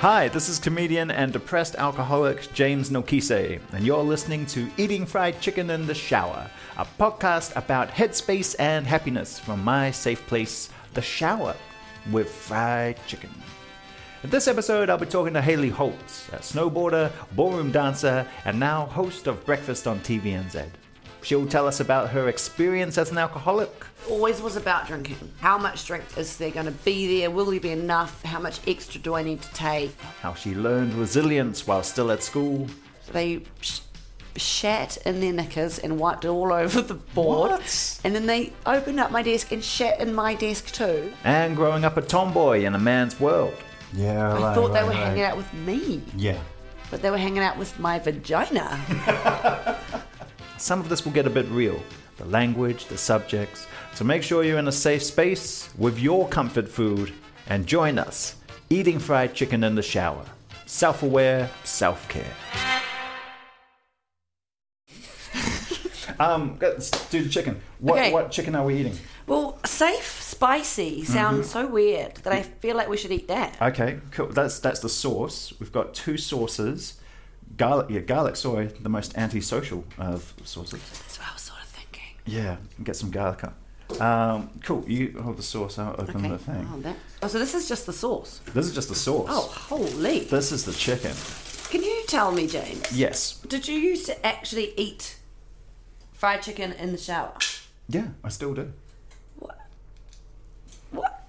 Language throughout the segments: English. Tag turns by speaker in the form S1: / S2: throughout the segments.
S1: Hi, this is comedian and depressed alcoholic James Nokise, and you're listening to Eating Fried Chicken in the Shower, a podcast about headspace and happiness from my safe place, the shower, with fried chicken. In this episode, I'll be talking to Haley Holtz, a snowboarder, ballroom dancer, and now host of Breakfast on TVNZ. She'll tell us about her experience as an alcoholic,
S2: always was about drinking. How much drink is there going to be there? Will there be enough? How much extra do I need to take?
S1: how she learned resilience while still at school,
S2: They sh- shat in their knickers and wiped it all over the board.
S1: What?
S2: And then they opened up my desk and shat in my desk too.
S1: and growing up a tomboy in a man's world.
S3: Yeah,
S2: I thought they were hanging out with me,
S3: Yeah,
S2: but they were hanging out with my vagina.
S1: Some of this will get a bit real the language, the subjects. So make sure you're in a safe space with your comfort food and join us eating fried chicken in the shower. Self aware, self care. um, let's do the chicken. What,
S2: Okay.
S1: what chicken are we eating?
S2: well, safe, spicy
S1: Mm-hmm.
S2: sounds so weird that I feel like we should eat that.
S1: Okay, cool. That's that's the sauce. We've got two sauces. Garlic, yeah, garlic soy, the most antisocial of sauces.
S2: That's what I was sort of thinking.
S1: Yeah, get some garlic up. Um, cool. You hold the sauce. I'll open
S2: Okay.
S1: the thing.
S2: Oh, that- oh, so this is just the sauce.
S1: This is just the sauce.
S2: Oh, holy.
S1: This is the chicken.
S2: Can you tell me, James?
S1: Yes.
S2: Did you used to actually eat fried chicken in the shower?
S1: Yeah, I still do.
S2: What? What?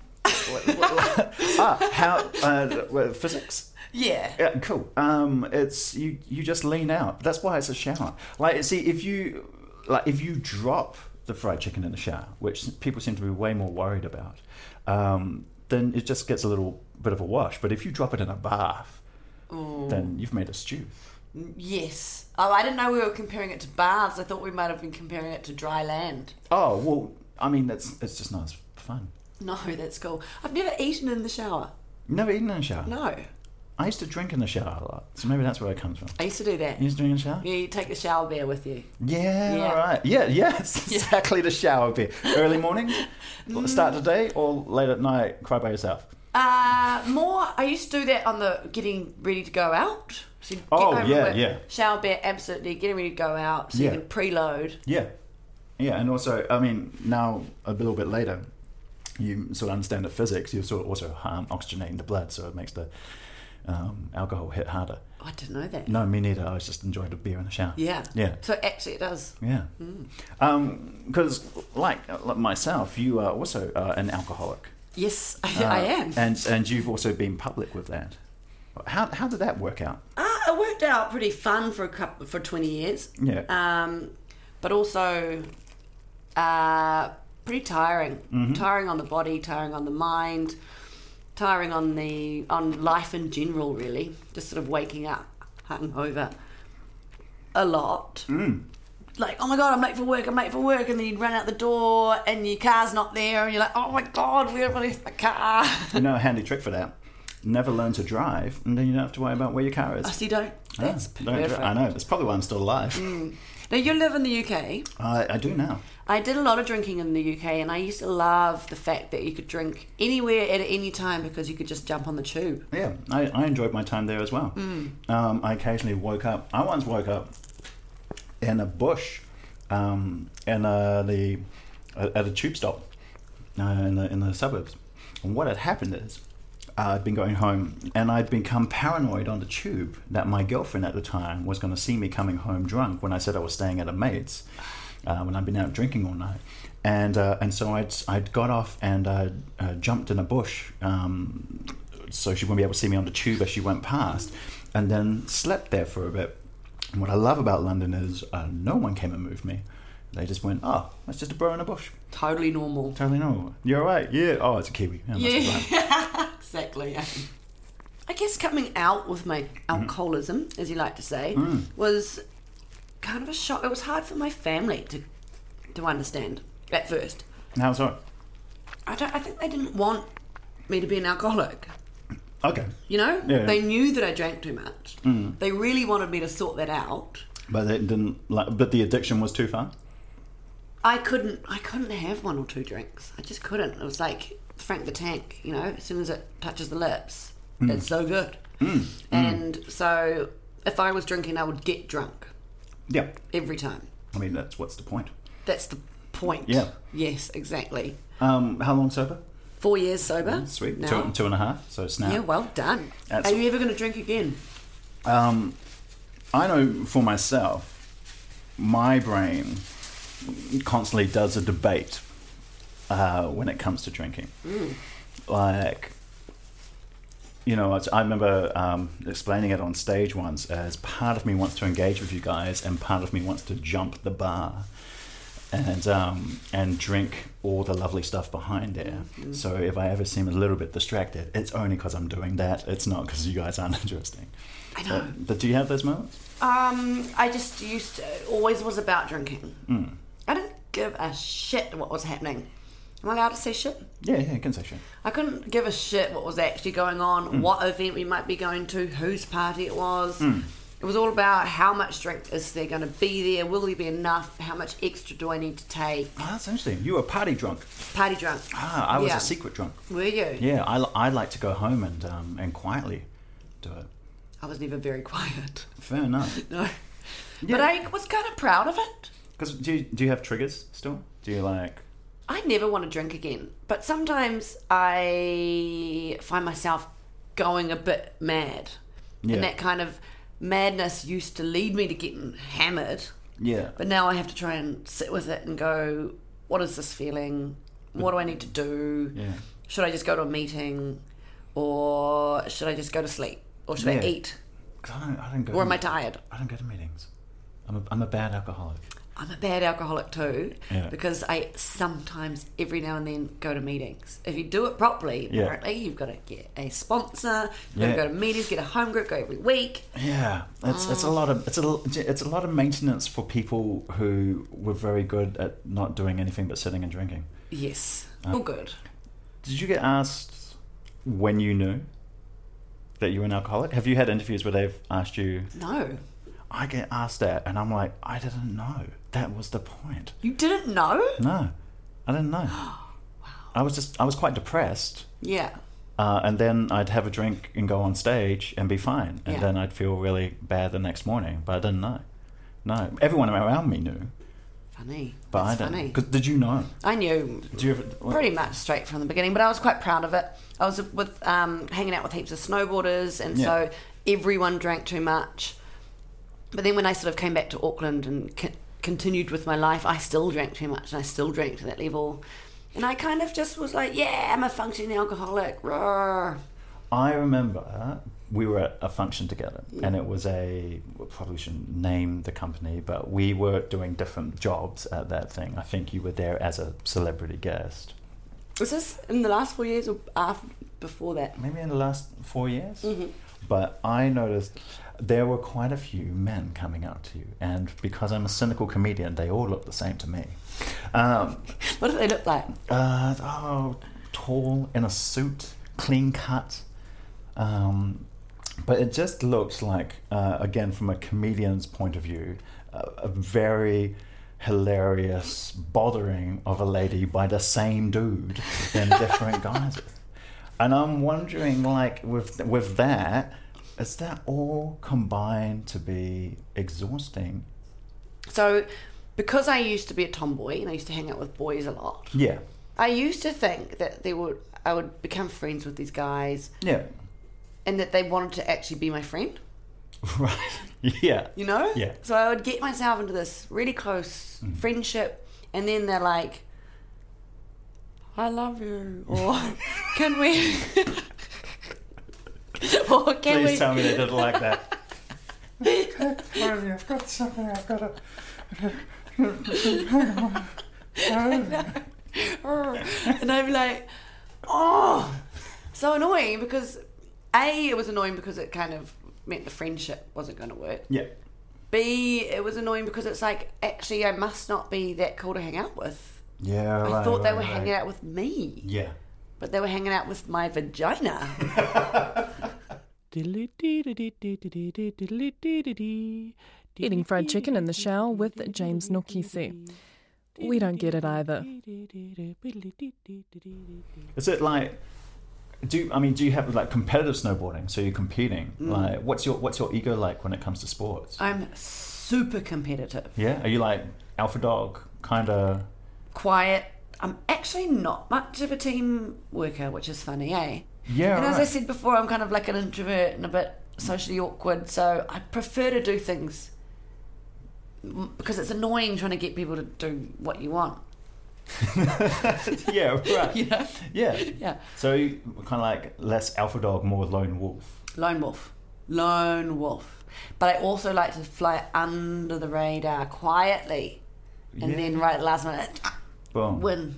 S1: Ah, how? Uh, well, physics.
S2: Yeah.
S1: Yeah, cool. Um, it's you. You just lean out. That's why it's a shower. Like, see, if you like, if you drop the fried chicken in the shower, which people seem to be way more worried about, um, then it just gets a little bit of a wash. But if you drop it in a bath, then you've made a stew.
S2: Yes. Oh, I didn't know we were comparing it to baths. I thought we might have been comparing it to dry land.
S1: Oh well, I mean, that's it's just nice fun.
S2: No, that's cool. I've never eaten in the shower.
S1: Never eaten in a shower.
S2: No.
S1: I used to drink in the shower a lot, so maybe that's where it comes from.
S2: I used to do that.
S1: You used to drink in the shower?
S2: Yeah, you take the shower bear with you.
S1: Yeah,
S2: Yeah.
S1: all right. Yeah, yes, exactly the shower bit. Early morning, start the day, or late at night, cry by yourself.
S2: Uh, more, I used to do that on the getting ready to go out. So you get
S1: Oh,
S2: home from
S1: yeah,
S2: work,
S1: yeah.
S2: Shower bear, absolutely. Getting ready to go out so
S1: Yeah.
S2: you can preload.
S1: Yeah. Yeah, and also, I mean, now a little bit later, you sort of understand the physics, you're sort of also um, oxygenating the blood, so it makes the um, alcohol hit harder.
S2: Oh, I didn't know that.
S1: No, me neither. I was just enjoyed a beer in the shower.
S2: Yeah.
S1: Yeah.
S2: So Mm. actually, it does.
S1: Yeah. Because, like, uh, like myself, you are also uh, an alcoholic.
S2: Yes, I, I am.
S1: Uh, And and you've also been public with that. How how did that work out?
S2: Uh, it worked out pretty fun for a couple, for twenty years.
S1: Yeah.
S2: Um, but also, uh, pretty tiring.
S1: Mm-hmm.
S2: Tiring on the body, tiring on the mind, tiring on the on life in general. Really, just sort of waking up hungover a lot.
S1: Mm.
S2: Like, oh my god, I'm late for work. I'm late for work, and then you run out the door, and your car's not there, and you're like, oh my god, where have I left my car?
S1: you know a handy trick for that. Never learn to drive, and then you don't have to worry about where your car is.
S2: so you don't. That's
S1: Ah, Don't dri-
S2: perfect. Mm.
S1: I know. That's probably why I'm still alive.
S2: Now you live in the UK.
S1: I, I do now.
S2: I did a lot of drinking in the UK, and I used to love the fact that you could drink anywhere at any time because you could just jump on the tube.
S1: Yeah, I, I enjoyed my time there as well. Um, I occasionally woke up. I once woke up in a bush, um, in uh the at at a tube stop uh, in the in the suburbs. And what had happened is uh, I'd been going home, and I'd become paranoid on the tube that my girlfriend at the time was going to see me coming home drunk when I said I was staying at a mate's uh, when I'd been out drinking all night. And, uh, and so I'd, I'd got off and I uh, jumped in a bush um, so she wouldn't be able to see me on the tube as she went past, and then slept there for a bit. And what I love about London is uh, no one came and moved me. They just went, oh, that's just a bro in a bush.
S2: Totally normal.
S1: Totally normal. You're right. Yeah. Oh, it's a kiwi. Yeah, that's
S2: Yeah.
S1: right.
S2: Exactly. yeah. I guess coming out with my
S1: Mm-hmm.
S2: alcoholism, as you like to say,
S1: Mm.
S2: was kind of a shock. It was hard for my family to to understand at first.
S1: How so?
S2: I don't. I think they didn't want me to be an alcoholic.
S1: Okay.
S2: You know,
S1: Yeah. Mm.
S2: they knew that I drank too much. They really wanted me to sort that out.
S1: But they didn't like. But the addiction was too far.
S2: I couldn't. I couldn't have one or two drinks. I just couldn't. It was like Frank the Tank. You know, as soon as it touches the lips,
S1: Mm.
S2: it's so good. And so, if I was drinking, I would get drunk
S1: Yeah.
S2: every time.
S1: I mean, that's what's the point.
S2: That's the point.
S1: Yeah.
S2: Yes, exactly.
S1: Um, how long sober?
S2: Four years sober.
S1: Mm, Sweet.
S2: Now.
S1: Two, two and a half. So snap.
S2: Yeah. Well done.
S1: That's-
S2: Are you ever going to drink again?
S1: I know for myself, my brain constantly does a debate uh, when it comes to drinking.
S2: Mm.
S1: Like, you know, it's- I remember um, explaining it on stage once as part of me wants to engage with you guys, and part of me wants to jump the bar and um, and drink all the lovely stuff behind there.
S2: Mm-hmm.
S1: So if I ever seem a little bit distracted, it's only because I'm doing that. It's not because you guys aren't interesting.
S2: I know.
S1: Uh, but do you have those moments?
S2: Um, I just used to, always was about drinking.
S1: Mm.
S2: I didn't give a shit what was happening. Am I allowed to say shit?
S1: Yeah, yeah, concession.
S2: I couldn't give a shit what was actually going on,
S1: Mm.
S2: what event we might be going to, whose party it was.
S1: Mm.
S2: It was all about how much drink is there going to be there, will there be enough, how much extra do I need to take?
S1: Oh, that's interesting. You were party drunk.
S2: Party drunk.
S1: Ah, I was
S2: Yeah.
S1: a secret drunk.
S2: Were you?
S1: Yeah, I, li- I like to go home and um, and quietly do it.
S2: I was never very quiet.
S1: Fair enough.
S2: No. But I was kind of proud of it.
S1: Because do you, do you have triggers still? Do you like?
S2: I never want to drink again, but sometimes I find myself going a bit mad.
S1: Yeah.
S2: And that kind of madness used to lead me to getting hammered,
S1: Yeah.
S2: but now I have to try and sit with it and go, what is this feeling? What do I need to do?
S1: Yeah.
S2: Should I just go to a meeting? Or should I just go to sleep? Or should
S1: Yeah. Mm.
S2: I eat?
S1: 'Cause I don't, I don't go.
S2: Or
S1: to,
S2: am I tired?
S1: I don't go to meetings. I'm a, I'm a bad alcoholic.
S2: I'm a bad alcoholic too
S1: Yeah.
S2: because I sometimes every now and then go to meetings. If you do it properly,
S1: Yeah.
S2: apparently you've got to get a sponsor, you've
S1: Yeah.
S2: got to go to meetings, get a home group, go every week.
S1: Yeah, it's it's
S2: Oh.
S1: a lot of it's a it's a lot of maintenance for people who were very good at not doing anything but sitting and drinking.
S2: Yes,
S1: Uh.
S2: all good.
S1: Did you get asked when you knew that you were an alcoholic? Have you had interviews where they've asked you?
S2: No,
S1: I get asked that, and I'm like, I didn't know. That was the point.
S2: you didn't know.
S1: No, I didn't know. I was just I was quite depressed,
S2: Yeah,
S1: uh, and then I'd have a drink and go on stage and be fine, and
S2: Yeah.
S1: then I'd feel really bad the next morning. But I didn't know. No, everyone around me knew,
S2: funny.
S1: but
S2: That's
S1: I didn't.
S2: funny.
S1: 'Cause did you know?
S2: I knew
S1: Do you ever?
S2: pretty much straight from the beginning, but I was quite proud of it. I was with um, hanging out with heaps of snowboarders, and
S1: Yeah.
S2: so everyone drank too much. But then when I sort of came back to Auckland and c- continued with my life, I still drank too much, and I still drank to that level. And I kind of just was like, yeah, I'm a functioning alcoholic. Roar.
S1: I remember we were at a function together, and it was a we probably shouldn't name the company, but we were doing different jobs at that thing. I think you were there as a celebrity guest,
S2: Was this in the last four years or after, before that?
S1: maybe in the last four years. But I noticed there were quite a few men coming up to you, and because I'm a cynical comedian, they all look the same to me. Um,
S2: What did they look like?
S1: Uh, oh, tall in a suit, clean cut. Um, but it just looks like, uh, again, from a comedian's point of view, a, a very hilarious bothering of a lady by the same dude in different guises. And I'm wondering, like, with with that, is that all combined to be exhausting?
S2: So, because I used to be a tomboy and I used to hang out with boys a lot,
S1: Yeah,
S2: I used to think that they would I would become friends with these guys
S1: yeah,
S2: and that they wanted to actually be my friend,
S1: right, yeah,
S2: you know?
S1: Yeah. Mm.
S2: So I would get myself into this really close friendship and then they're like I love you or can we or can we
S1: Please tell me they didn't like that. I've got something. I've got to.
S2: and I'm like, oh, so annoying because A, it was annoying because it kind of meant the friendship wasn't going to work.
S1: Yeah.
S2: B, it was annoying because it's like, actually, I must not be that cool to hang out with.
S1: Yeah.
S2: I thought they were hanging out with me,
S1: Yeah.
S2: but they were hanging out with my vagina.
S3: Eating fried chicken in the shower with James Nokisu. We don't get it either.
S1: Is it like? Do I mean? Do you have like competitive snowboarding? So you're competing.
S2: Mm.
S1: Like, what's your what's your ego like when it comes to sports?
S2: I'm super competitive,
S1: yeah. Are you like alpha dog kind of?
S2: quiet. I'm actually not much of a team worker, which is funny, eh?
S1: Yeah.
S2: And as I
S1: right.
S2: said before, I'm kind of like an introvert and a bit socially awkward, so I prefer to do things m- because it's annoying trying to get people to do what you want.
S1: yeah. Right.
S2: You know?
S1: Yeah.
S2: Yeah.
S1: So kind of like less alpha dog, more lone wolf.
S2: Lone wolf. Lone wolf. But I also like to fly under the radar quietly and
S1: Yeah.
S2: then right at the last minute "Ah,
S1: Boom.
S2: win.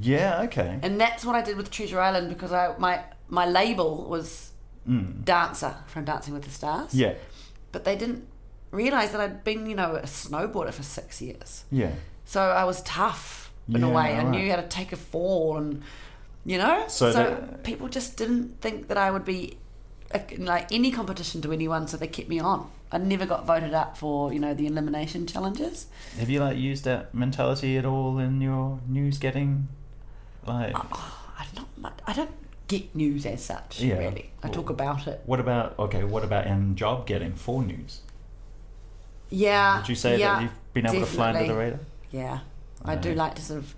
S1: yeah. Okay.
S2: And that's what I did with Treasure Island because I my my label was dancer from Dancing with the Stars.
S1: Hmm. yeah.
S2: But they didn't realise that I'd been, you know, a snowboarder for six years.
S1: Yeah.
S2: So I was tough in a
S1: Yeah,
S2: way. I
S1: right.
S2: knew how to take a fall and, you know?
S1: So
S2: So,
S1: that-
S2: people just didn't think that I would be like, in, like any competition to anyone, so they kept me on. I never got voted up for, you know, the elimination challenges.
S1: Have you like used that mentality at all in your news getting? Like,
S2: I don't, mu- I don't get news as such,
S1: Yeah.
S2: really. I talk about it.
S1: what about okay? What about in job getting for news?
S2: Yeah.
S1: Would you say
S2: yeah,
S1: that you've been able to fly under the
S2: definitely.
S1: radar?
S2: Yeah, I do like to sort of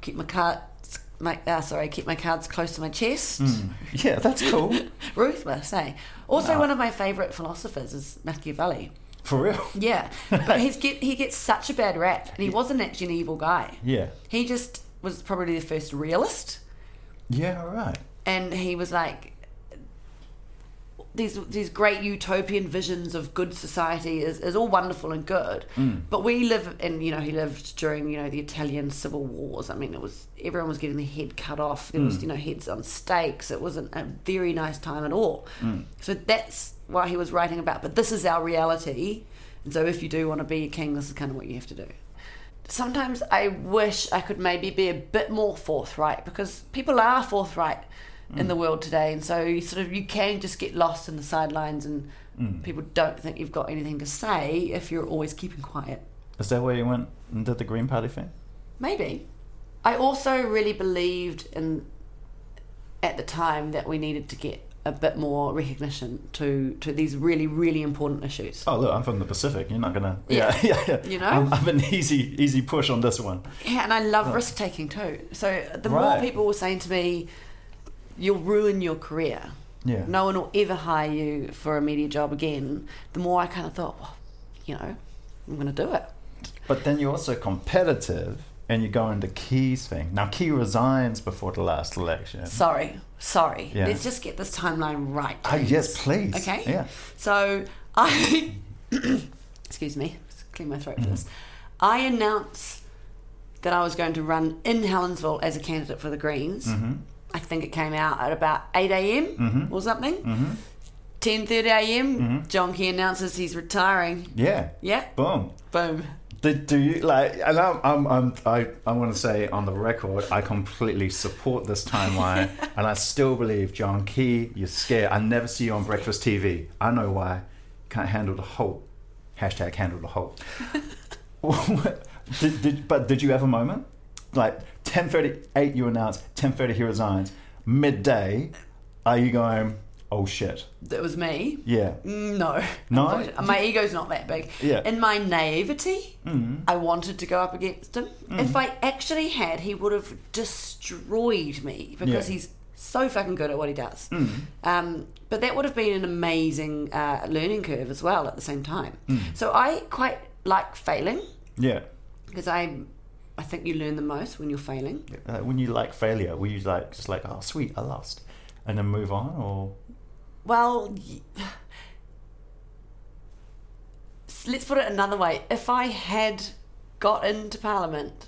S2: keep my cards, my, uh, sorry, keep my cards close to my chest.
S1: Hmm. Yeah, that's cool.
S2: Ruthless, eh? Also, one of my favourite philosophers is Machiavelli.
S1: For real.
S2: Yeah, but he's get, he gets such a bad rap, and he wasn't actually an evil guy.
S1: Yeah.
S2: He just was probably the first realist,
S1: Yeah. All right.
S2: and he was like these these great utopian visions of good society is, is all wonderful and good, but we live in you know he lived during you know the Italian civil wars. I mean, it was everyone was getting their head cut off. There was you know heads on stakes. It wasn't a very nice time at all. So that's what he was writing about. But this is our reality, and so if you do want to be a king, this is kind of what you have to do. Sometimes I wish I could maybe be a bit more forthright because people are forthright in the world today, and so you sort of you can just get lost in the sidelines, and people don't think you've got anything to say if you're always keeping quiet.
S1: Is that where you went and did the Green Party thing?
S2: Maybe. I also really believed in at the time that we needed to get a bit more recognition to to these really really important issues.
S1: Oh look, I'm from the Pacific. You're not gonna. Yeah,
S2: Yeah.
S1: yeah, yeah.
S2: You know?
S1: I'm, I'm an easy, easy push on this one.
S2: Yeah, and I love risk taking too. So the
S1: Right.
S2: more people were saying to me, "You'll ruin your career.
S1: Yeah.
S2: No one will ever hire you for a media job again." The more I kind of thought, well, you know, I'm going to do it.
S1: But then you're also competitive, and you go into Key's thing. Now Key resigns before the last election.
S2: Sorry, sorry.
S1: Yeah.
S2: Let's just get this timeline right.
S1: Oh, yes,
S2: please.
S1: please.
S2: Okay.
S1: Yeah.
S2: So I, excuse me, just clear my throat for this.
S1: Mm-hmm.
S2: I announced that I was going to run in Helensville as a candidate for the Greens.
S1: Mm-hmm.
S2: I think it came out at about eight a.m. or something.
S1: Mm-hmm.
S2: Ten thirty a.m. John Key announces he's retiring.
S1: Yeah.
S2: Yeah.
S1: Boom.
S2: Boom.
S1: Did, do you like? And I'm, I'm, I'm I, I want to say on the record, I completely support this timeline, and I still believe John Key. You're scared. I never see you on breakfast TV. I know why. Can't handle the hope. Hashtag handle the hope. did, did, but did you have a moment? Like 10:38, you announce. 10:30, he resigns. Midday, are you going? Oh shit!
S2: That was me.
S1: Yeah.
S2: No.
S1: No?
S2: Unfortunately. My ego's not that big.
S1: Yeah. Mm-hmm.
S2: In my naivety, I wanted to go up against him. If I actually had, he would have destroyed me because
S1: Yeah. Mm-hmm.
S2: he's so fucking good at what he does. Um, but that would have been an amazing uh, learning curve as well at the same time.
S1: Mm.
S2: So I quite like failing
S1: Yeah.
S2: because I, I think you learn the most when you're failing.
S1: Uh, when you like failure, were you like just like, oh sweet, I lost, and then move on, or
S2: Well, y- let's put it another way. If I had got into Parliament.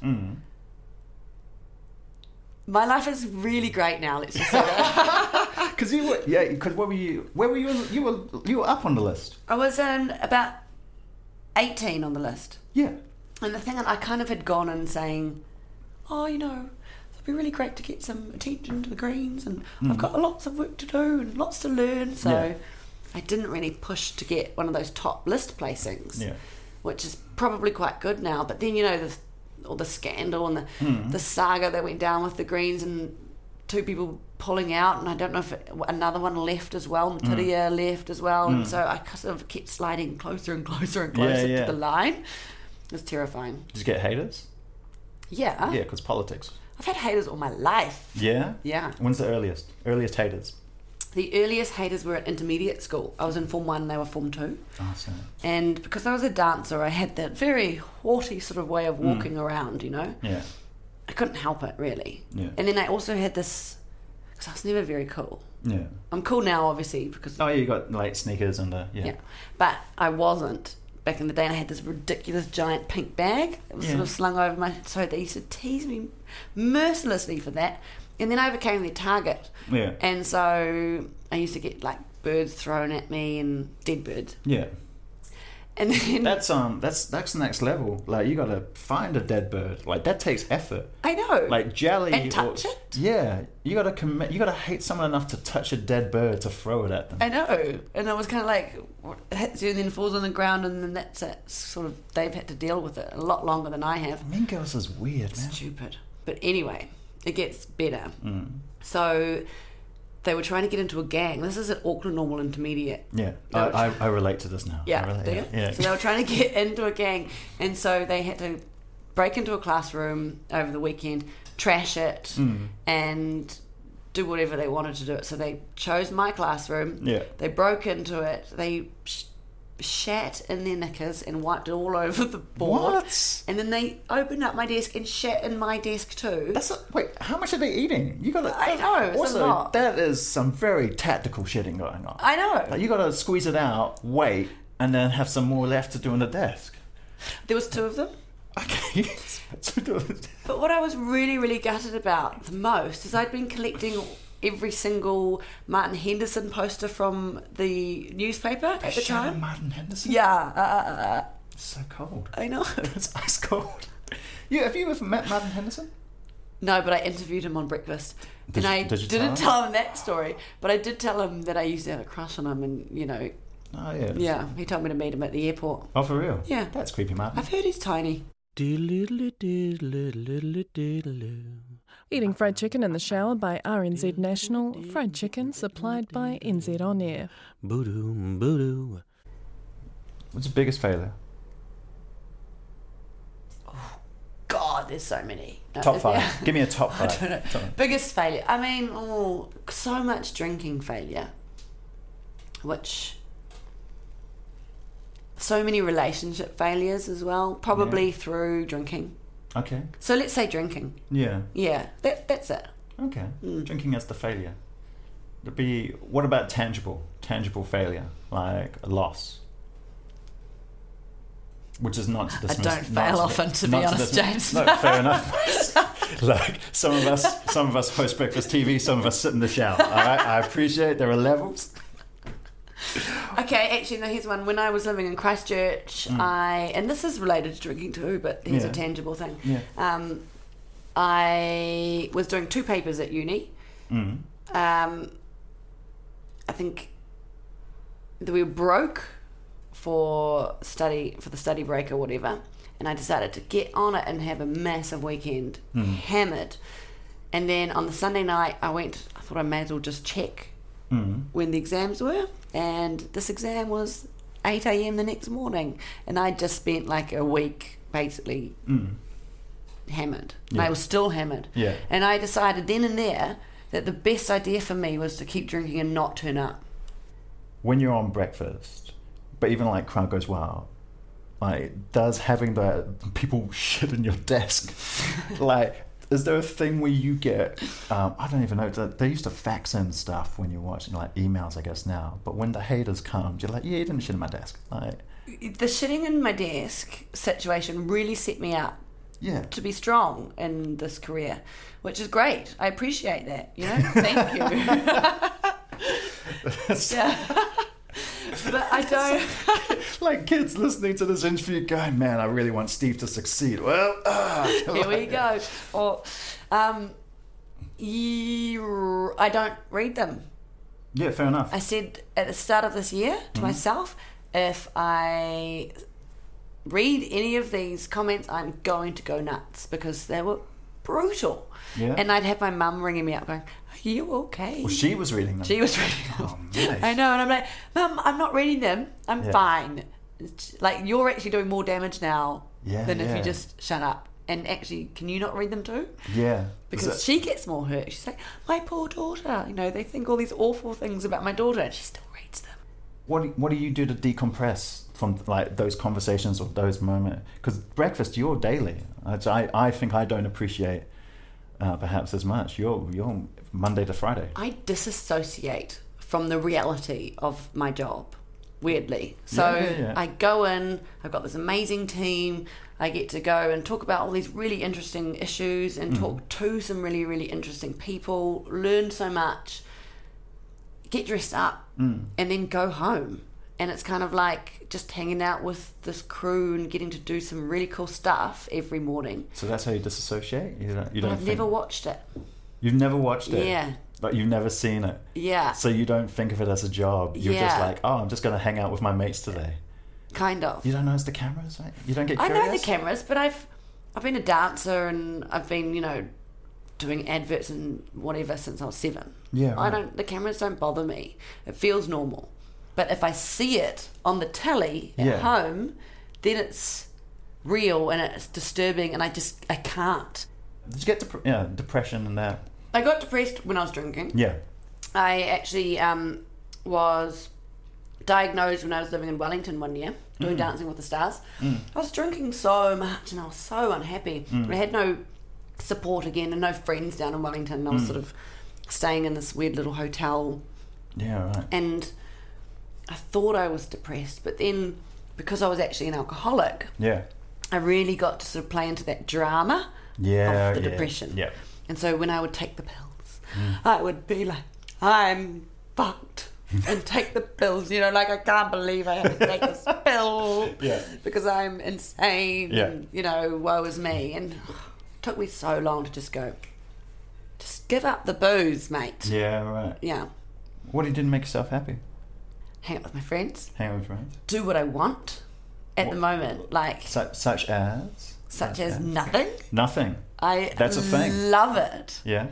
S2: My life is really great now. Let's just say that.
S1: Because Ah, you were, yeah. Because where were you? Where were you? on- You were, you were up on the list.
S2: I was um, about eighteen on the list.
S1: Yeah.
S2: And the thing that I kind of had gone and saying, oh, you know, it'd be really great to get some attention to the Greens, and I've got lots of work to do and lots to learn. So
S1: Yeah.
S2: I didn't really push to get one of those top list placings,
S1: Yeah.
S2: which is probably quite good now. But then, you know, the, all the scandal and the,
S1: Hmm.
S2: the saga that went down with the Greens and two people pulling out, and I don't know if it, another one left as
S1: Hmm.
S2: well, Matidia left as well. And so I sort of kept sliding closer and closer and
S1: Yeah,
S2: closer
S1: yeah.
S2: to the line. It was terrifying.
S1: Did you get haters?
S2: Yeah.
S1: Yeah, because politics.
S2: I've had haters all my life.
S1: Yeah.
S2: Yeah.
S1: When's the earliest? Earliest haters.
S2: The earliest haters were at intermediate school. I was in Form 1, they were Form 2.
S1: Oh, so.
S2: And because I was a dancer, I had that very haughty sort of way of
S1: Hmm.
S2: walking around, you know?
S1: Yeah.
S2: I couldn't help it, really.
S1: Yeah.
S2: And then I also had this, because I was never very cool.
S1: Yeah.
S2: I'm cool now, obviously, because.
S1: Oh, yeah, you got like sneakers and uh, yeah.
S2: Yeah. But I wasn't back in the day, and I had this ridiculous giant pink bag that was
S1: Yeah.
S2: sort of slung over my. So they used to tease me mercilessly for that, and then I became their target.
S1: Yeah.
S2: And so I used to get like birds thrown at me and dead birds,
S1: Yeah.
S2: and then
S1: That's um. That's that's the next level. Like you gotta find a dead bird. Like that takes effort.
S2: I know.
S1: Like jelly.
S2: And touch it?
S1: Yeah. You gotta commit. You gotta hate someone enough to touch a dead bird to throw it at them.
S2: I know, and I was kind of like what hits you and then falls on the ground, and then that's it. Sort of, they've had to deal with it a lot longer than I have.
S1: mean Girls is weird, man.
S2: stupid. But anyway, it gets better. So they were trying to get into a gang. This is at Auckland Normal Intermediate.
S1: Yeah.
S2: No, it's-
S1: I, I, I relate to this now. I
S2: Yeah,
S1: relate-
S2: do you?
S1: yeah.
S2: So they were trying to get into a gang, and so they had to break into a classroom over the weekend, trash it,
S1: Hmm.
S2: and do whatever they wanted to do it. So they chose my classroom.
S1: Yeah.
S2: They broke into it. They sh- shat in their knickers and wiped it all over the board.
S1: What?
S2: And then they opened up my desk and shat in my desk too.
S1: That's a, wait. How much are they eating? You gotta.
S2: I know, it's a
S1: Also,
S2: lot.
S1: that is some very tactical shitting going on.
S2: I know.
S1: Like, you gotta squeeze it out, wait, and then have some more left to do on the desk.
S2: There was two of them.
S1: Okay. So do it.
S2: But what I was really, really gutted about the most is I'd been collecting every single Martin Henderson poster from the newspaper at the
S1: Shadow
S2: time.
S1: Martin Henderson.
S2: Yeah, uh,
S1: It's so cold.
S2: I know.
S1: It's ice cold. You have you ever met Martin Henderson?
S2: no, but I interviewed him on Breakfast.
S1: Did
S2: and
S1: you-
S2: I
S1: did you tell
S2: didn't
S1: him?
S2: tell him that story, but I did tell him that I used to have a crush on him, and you know,
S1: Oh yeah.
S2: yeah, he told me to meet him at the airport.
S1: Oh for real?
S2: Yeah.
S1: That's creepy, Martin.
S2: I've heard he's tiny.
S3: Eating fried chicken in the shower by RNZ National, fried chicken supplied by NZ On Air.
S4: Boo-doo, boo-doo.
S1: What's the biggest failure?
S2: God, there's so many. No,
S1: Top
S2: there's-
S1: five.
S2: yeah.
S1: Give me a top
S2: Uh, I
S1: five.
S2: don't know.
S1: Top five.
S2: Biggest failure. I mean, oh, so much drinking failure, which so many relationship failures as well, probably through drinking.
S1: Okay.
S2: So let's say drinking.
S1: Yeah.
S2: Yeah, that, that's it.
S1: Okay.
S2: Mm.
S1: Drinking as the failure. It'd be what about tangible? Tangible failure, like a loss. Which is not to dismiss.
S2: don't
S1: not
S2: fail
S1: to-
S2: often, to be
S1: not
S2: honest,
S1: dismiss-
S2: James.
S1: No, fair enough. like some of us, some of us host breakfast TV, some of us sit in the shower. All right, I appreciate there are levels.
S2: Okay, actually, no, here's one. When I was living in Christchurch, I, and this is related to drinking too, but here's
S1: Mm. Yeah.
S2: a tangible thing.
S1: Yeah.
S2: Um, I was doing two papers at uni.
S1: Mm-hmm.
S2: Um, I think that we were broke for study for the study break or whatever, and I decided to get on it and have a massive weekend, hammered. And then on the Sunday night, I went. I thought I may as well just check when the exams were, and this exam was 8 a.m. the next morning, and I just spent like a week basically hammered. And I was still hammered.
S1: Yeah.
S2: And I decided then and there that the best idea for me was to keep drinking and not turn up.
S1: When you're on breakfast, but even like crowd goes wild. Like does having the people shit in your desk, like Is there a thing where you get? Um, I don't even know. They they used to fax in stuff when you're watching, like emails, I guess now. But when the haters come, you're like, yeah, you didn't shit in my desk. Like,
S2: The shitting in my desk situation really set me up
S1: yeah,
S2: to be strong in this career, which is great. I appreciate that. You know, thank you. Yeah. but I don't.
S1: like kids listening to this interview, going, man, I really want Steve to succeed. Well, ah.
S2: Here we go. Or, um, you, I don't read them.
S1: yeah, fair enough.
S2: I said at the start of this year
S1: Mm-hmm.
S2: to myself, if I read any of these comments, I'm going to go nuts because they were brutal.
S1: Yeah.
S2: And I'd have my mum ringing me up going, Are you okay?
S1: well, she was reading them.
S2: She was reading them.
S1: Oh, nice.
S2: I know, and I'm like, Mum, I'm not reading them. I'm
S1: Yeah.
S2: fine. It's- Like you're actually doing more damage now
S1: Yeah,
S2: than if
S1: yeah.
S2: you just shut up. And actually, can you not read them too?
S1: Yeah.
S2: Because she gets more hurt. She's like, my poor daughter. You know, they think all these awful things about my daughter, and she still reads them.
S1: what do, what do you do to decompress from like those conversations or those moments? Because breakfast, you're daily. That's- I, I think I don't appreciate uh, perhaps as much. You're you're Monday to Friday.
S2: I disassociate from the reality of my job, weirdly. So
S1: Yeah, yeah, yeah.
S2: I go in, I've got this amazing team, I get to go and talk about all these really interesting issues
S1: Mm.
S2: and talk to some really, really interesting people, learn so much, get dressed up,
S1: Mm.
S2: and then go home. And it's kind of like just hanging out with this crew and getting to do some really cool stuff every morning.
S1: So that's how you disassociate. You don't. You
S2: But
S1: don't
S2: I've
S1: think-
S2: never watched it.
S1: You've never watched it.
S2: Yeah.
S1: But you've never seen it.
S2: Yeah.
S1: So you don't think of it as a job. You're just
S2: Yeah.
S1: like, oh, I'm just gonna hang out with my mates today.
S2: kind of.
S1: You don't notice the cameras, right? You don't get
S2: I
S1: curious.
S2: know the cameras, but I've I've been a dancer and I've been you know doing adverts and whatever since I was seven.
S1: Yeah,
S2: I
S1: right.
S2: don't. The cameras don't bother me. It feels normal, but if I see it on the telly at
S1: Yeah.
S2: home, then it's real and it's disturbing, and I just I can't.
S1: Did you get dep- yeah depression and that?
S2: I got depressed when I was drinking.
S1: Yeah.
S2: I actually um, was diagnosed when I was living in Wellington one year, doing Dancing with the Stars. I was drinking so much and I was so unhappy. I had no support again and no friends down in Wellington. And I was sort of staying in this weird little hotel
S1: Yeah. Right.
S2: and I thought I was depressed, but then because I was actually an alcoholic,
S1: yeah.
S2: I really got to sort of play into that drama
S1: Yeah.
S2: of the
S1: yeah,
S2: depression.
S1: Yeah.
S2: And so when I would take the pills,
S1: Mm.
S2: I would be like, I'm fucked. And take the pills, you know, like I can't believe I had to take this pill
S1: Yeah.
S2: because I'm insane.
S1: Yeah.
S2: And, you know, woe is me. And it took me so long to just go, just give up the booze, mate.
S1: Yeah. Right.
S2: Yeah.
S1: What you didn't make yourself happy?
S2: Hang out with my friends,
S1: Hang on, friends.
S2: do what I want at the moment, like
S1: Such, such as
S2: such as Uh. nothing.
S1: nothing.
S2: I
S1: That's a thing.
S2: love it.
S1: Yeah.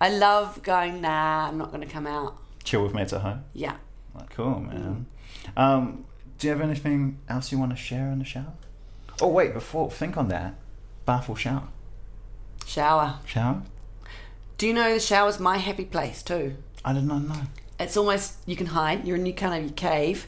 S2: I love going, nah, I'm not going to come out.
S1: Chill with mates at home.
S2: Yeah.
S1: Like,
S2: Mm.
S1: Cool, man. Um, do you have anything else you want to share in the shower? Oh wait, before think on that. Bath or shower?
S2: Shower.
S1: Shower?
S2: Do you know the shower's my happy place too?
S1: I did not know.
S2: It's almost you can hide. You're in your kind of your cave,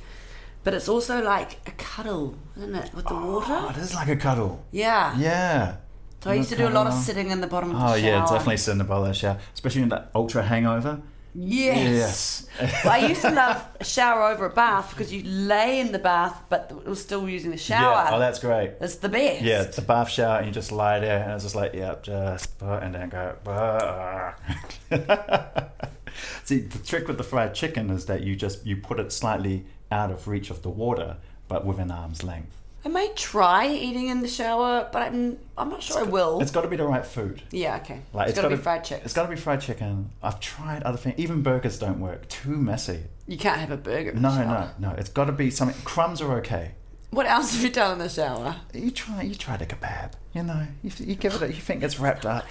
S2: but it's also like a cuddle, isn't it, with the
S1: Oh,
S2: water?
S1: this is like a cuddle.
S2: Yeah.
S1: Yeah.
S2: So I used to do a lot of sitting in the bottom of the
S1: Oh
S2: shower.
S1: yeah, definitely sit in the bottom of the shower, especially in that ultra hangover.
S2: Yes. Well, I used to love a shower over a bath because you lay in the bath, but it was still using the shower.
S1: Yeah. Oh, that's great.
S2: It's the best.
S1: Yeah, it's a bath shower, and you just lie there, and it's just like, yep, just put, and then go. bah. See, the trick with the fried chicken is that you just you put it slightly out of reach of the water, but within arm's length.
S2: I may try eating in the shower, but I'm I'm not sure I will.
S1: It's got to be the right food.
S2: yeah. Okay. it's got to be fried chicken.
S1: It's got to be fried chicken. I've tried other things. Even burgers don't work. Too messy.
S2: You can't have a burger. In
S1: No,
S2: the shower.
S1: no, no. It's got to be something. Crumbs are okay.
S2: What else have you done in the shower?
S1: you try you try the kebab you know you, you give it a, you think it's wrapped up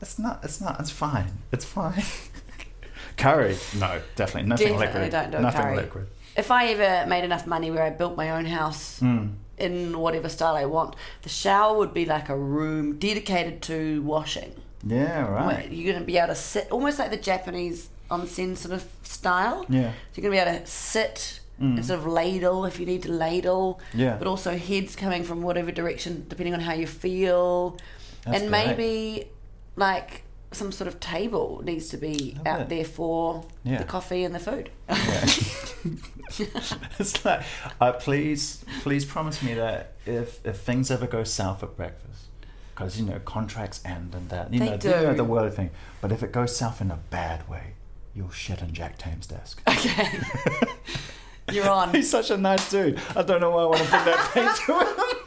S1: it's not it's not it's fine it's fine curry no definitely nothing
S2: Definitely
S1: liquid
S2: don't do a
S1: nothing
S2: curry.
S1: liquid
S2: If I ever made enough money where I built my own house
S1: Hmm.
S2: in whatever style I want, the shower would be like a room dedicated to washing.
S1: yeah
S2: where
S1: right
S2: You're going to be able to sit, almost like the Japanese onsen sort of style.
S1: Yeah. Hmm.
S2: So you're going to be able to sit and sort of ladle if you need to ladle.
S1: Yeah.
S2: But also heads coming from whatever direction, depending on how you feel.
S1: That's
S2: and
S1: great.
S2: maybe like some sort of table needs to be out
S1: that.
S2: there for
S1: Yeah.
S2: the coffee and the food.
S1: it's like, uh, please, please promise me that if if things ever go south at breakfast, because you know contracts end and that you
S2: They
S1: know you know
S2: do.
S1: the world thing. But if it goes south in a bad way, you'll shit on Jack Tame's desk.
S2: Okay. You're on.
S1: He's such a nice dude. I don't know why I want to put that thing to him.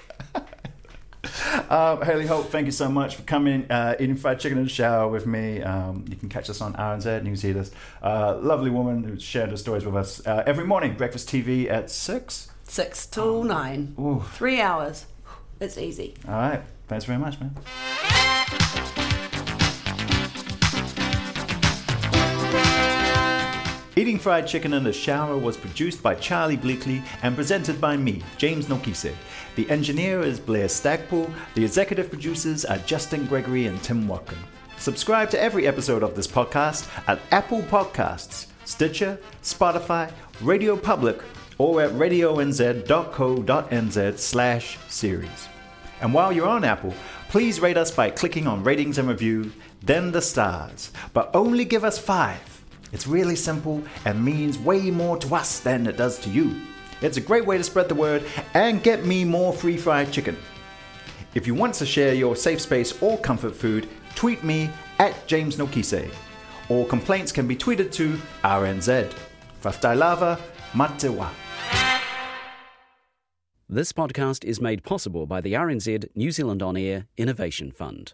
S1: Um, Haley Hope, thank you so much for coming, uh, eating fried chicken in the shower with me. Um, you can catch us on RNZ, and you can see this uh, lovely woman who shared her stories with us uh, every morning, breakfast TV at 6.
S2: Six till nine. Three hours. It's easy.
S1: All right, thanks very much, man. Eating Fried Chicken in the Shower was produced by Charlie Bleakley and presented by me, James Nokise. The engineer is Blair Stagpool. The executive producers are Justin Gregory and Tim Watkin. Subscribe to every episode of this podcast at Apple Podcasts, Stitcher, Spotify, Radio Public, or at radionz.co.nz slash series. And while you're on Apple, please rate us by clicking on ratings and review, then the stars, but only give us five. It's really simple and means way more to us than it does to you. It's a great way to spread the word and get me more free fried chicken. If you want to share your safe space or comfort food, tweet me at James Nokise. All complaints can be tweeted to RNZ. Faftailava Matewa.
S4: This podcast is made possible by the RNZ New Zealand On Air Innovation Fund.